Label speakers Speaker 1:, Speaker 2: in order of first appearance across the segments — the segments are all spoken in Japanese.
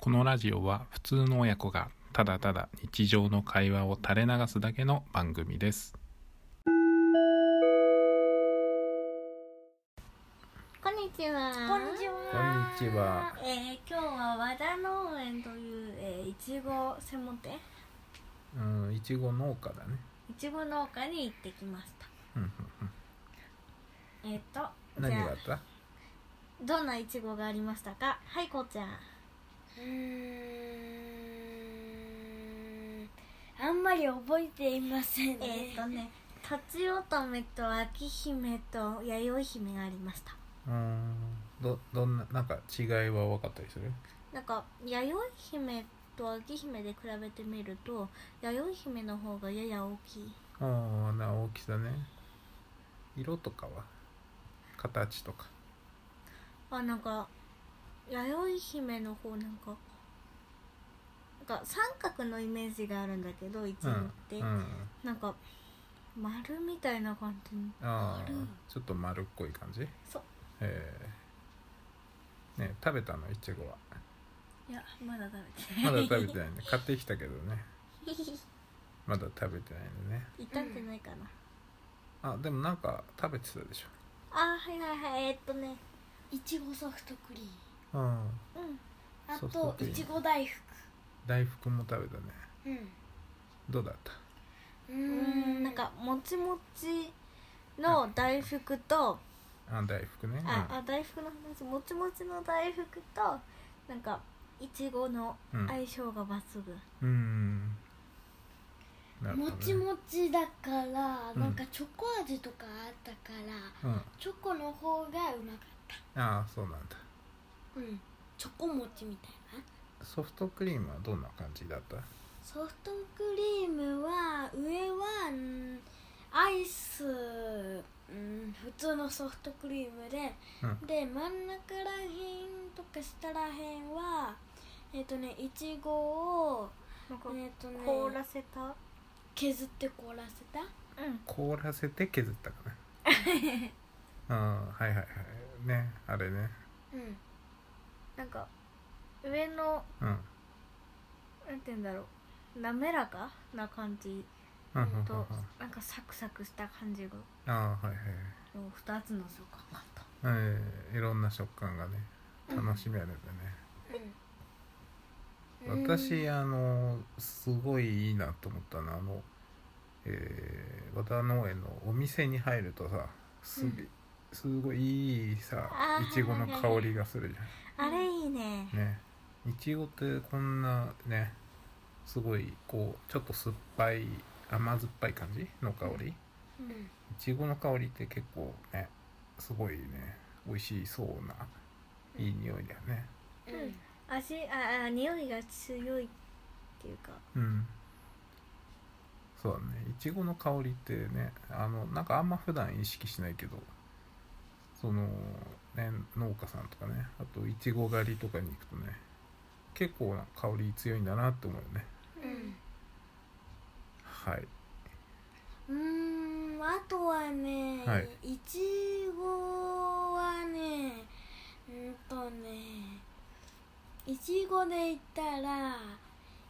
Speaker 1: このラジオは普通の親子がただただ日常の会話を垂れ流すだけの番組です
Speaker 2: こんにちは。
Speaker 3: こんにち
Speaker 4: こんに
Speaker 3: は。
Speaker 4: ちは。
Speaker 3: えー、今日は和田農園という、えー、いちご専門店
Speaker 4: うん、いちご農家だね。
Speaker 3: いちご農家に行ってきました。
Speaker 1: うんうん
Speaker 3: えっ、と
Speaker 4: 何
Speaker 3: じ
Speaker 4: があ
Speaker 3: ゃあ
Speaker 4: った？
Speaker 3: どんないちごがありましたか。はいこうちゃん。
Speaker 2: うーんあんまり覚えていません
Speaker 3: え
Speaker 2: ね
Speaker 3: っ、とね、とちおとめとあきひめとやよいひめがありました。
Speaker 4: うん、どどんななんか違いは分かったりする？
Speaker 3: なんかやよいひめとあきひめで比べてみるとやよいひめの方がやや大きい。
Speaker 4: ああ、な大きさね。色とかは、形とか。
Speaker 3: あなんかやよいひめの方なんか。なんか三角のイメージがあるんだけどいち
Speaker 4: う
Speaker 3: ごっ
Speaker 4: ん、
Speaker 3: て、
Speaker 4: うん、
Speaker 3: なんか丸みたいな感じの
Speaker 4: ああ
Speaker 3: 丸い、
Speaker 4: ちょっと丸っこい感じ。
Speaker 3: そう
Speaker 4: ええね食べたのいちごは。
Speaker 3: いやまだ食べて
Speaker 4: ま
Speaker 3: ない
Speaker 4: だ食べてないね。買ってきたけどね。まだ食べてないのね。
Speaker 3: 行ったんじゃないかな、
Speaker 4: あ、でもなんか食べてたでし
Speaker 3: あはいはいはいえーっとね
Speaker 2: いちごソフトクリーム
Speaker 4: ょ。うん。
Speaker 3: うん
Speaker 2: あ
Speaker 4: ソフト
Speaker 2: と
Speaker 4: クリー
Speaker 2: い
Speaker 4: ム
Speaker 2: ちご大福
Speaker 4: 大福も食べたね。
Speaker 2: うん
Speaker 4: どうだった？
Speaker 2: う
Speaker 3: う
Speaker 2: ー
Speaker 3: んなんかもちもちの大福と、
Speaker 4: あ、大福ね。
Speaker 3: ああ大福の話もちもちの大福となんかいちごの
Speaker 4: うん。うん
Speaker 3: 相性が抜群、
Speaker 4: うーん。なるほど
Speaker 2: も
Speaker 4: ね
Speaker 2: ちもちだから
Speaker 4: うん
Speaker 2: なんかチョコ味とかあったから、
Speaker 4: うん。
Speaker 2: チョコの方がうまかっ
Speaker 4: ああ、そうなんだ。
Speaker 2: たうんチョコ餅みたいな
Speaker 4: ソフトクリームはどんな感じだった？
Speaker 2: ソフトクリームは上はうんアイス、うん、普通のソフトクリームで、
Speaker 4: う
Speaker 2: で真ん中らへんとか下らへんはえっ、とねいちごを、
Speaker 3: なんか
Speaker 2: えっとね、
Speaker 3: 凍らせた
Speaker 2: 削って凍らせた
Speaker 3: うん
Speaker 4: 凍らせて削った かな。うん、はいはいはい。ね、あれね。
Speaker 2: うん
Speaker 3: なんか上の
Speaker 4: うん。うん
Speaker 3: なんて言うんだろう滑らかな感じ
Speaker 4: うんうんうん
Speaker 3: と、なんかサクサクした感じが
Speaker 4: ああ、はい
Speaker 3: の2つの食感があった
Speaker 4: はい。えーいろんな食感がね、
Speaker 2: うん
Speaker 4: 楽しめるんだね。
Speaker 2: うん
Speaker 4: 私あのすごいいいなと思ったのはあの、えー和田農園のお店に入るとさす,、
Speaker 3: うん
Speaker 4: すごいいいさ
Speaker 3: あー
Speaker 4: いちごの香りがするじ
Speaker 3: あれいいね
Speaker 4: ゃんねいちごってこんなねすごいこうちょっと酸っぱい甘酸っぱい感じの香りい
Speaker 2: うん
Speaker 4: ちごの香りって結構ねすごいね美味しそうないい匂いだよね
Speaker 2: うん
Speaker 3: 味ああ匂いが強いっていうか
Speaker 4: うんそうだねいちごの香りってねあのなんかあんま普段意識しないけどそのね農家さんとかねあといちご狩りとかに行くとね結構な香り強いんだなって思うよね
Speaker 2: うん
Speaker 4: はい、
Speaker 2: うーんあとはね、、
Speaker 4: はい
Speaker 2: ちごはねうんとねいちごで言ったら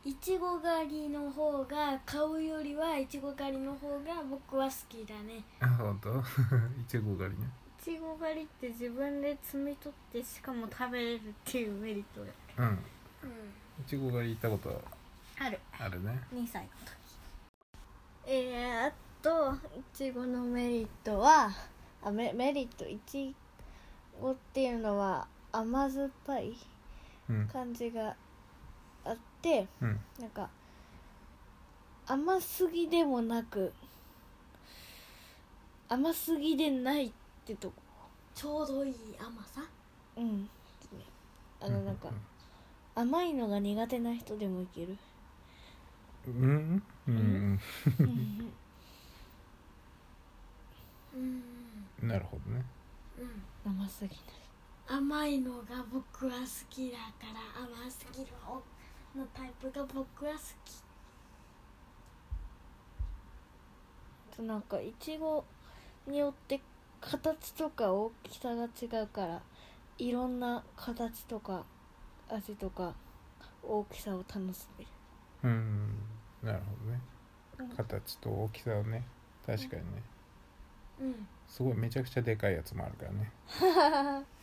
Speaker 2: いちご狩りの方が買うよりはいちご狩りの方が僕は好きだね
Speaker 4: あ本当 いちご狩りね
Speaker 3: いちご狩りって自分で摘み取ってしかも食べれるっていうメリットが
Speaker 4: うん
Speaker 2: う
Speaker 4: いちご狩り行ったこと
Speaker 3: ある
Speaker 4: あるね
Speaker 3: 2歳の時えー、あといちごのメリットはあメメリットいちごっていうのは甘酸っぱい
Speaker 4: うん
Speaker 3: 感じがあって
Speaker 4: うん
Speaker 3: なんか甘すぎでもなく甘すぎでないってとこ
Speaker 2: ちょうどいい甘さ
Speaker 3: うんあのなんか甘いのが苦手な人でもいける
Speaker 4: うんうん、うん
Speaker 2: うん
Speaker 4: うん、なるほどね
Speaker 2: うん
Speaker 3: 甘すぎない
Speaker 2: 甘いのが僕は好きだから甘すぎるのタイプが僕は好き
Speaker 3: あとなんかいちごによって形とか大きさが違うからいろんな形とか味とか大きさを楽しめる
Speaker 4: うんなるほどね
Speaker 3: うん
Speaker 4: 形と大きさをね確かにね
Speaker 2: うん、
Speaker 4: すごいめちゃくちゃでかいやつもあるからね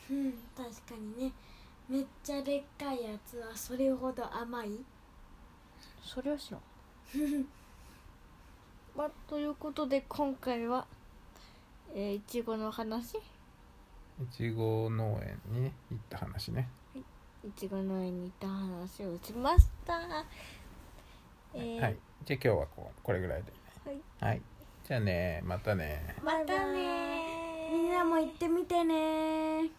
Speaker 2: うん、確かにねめっちゃでっかいやつはそれほど甘い
Speaker 3: それは知らん まあということで今回はえーいちごの話い
Speaker 4: いちご農園にね行った話ね
Speaker 3: ちご農園に行った話をしましたえー
Speaker 4: はいじゃあ今日はこうこれぐらいではい、じゃあねまたね
Speaker 3: またね
Speaker 2: みんなも行ってみてね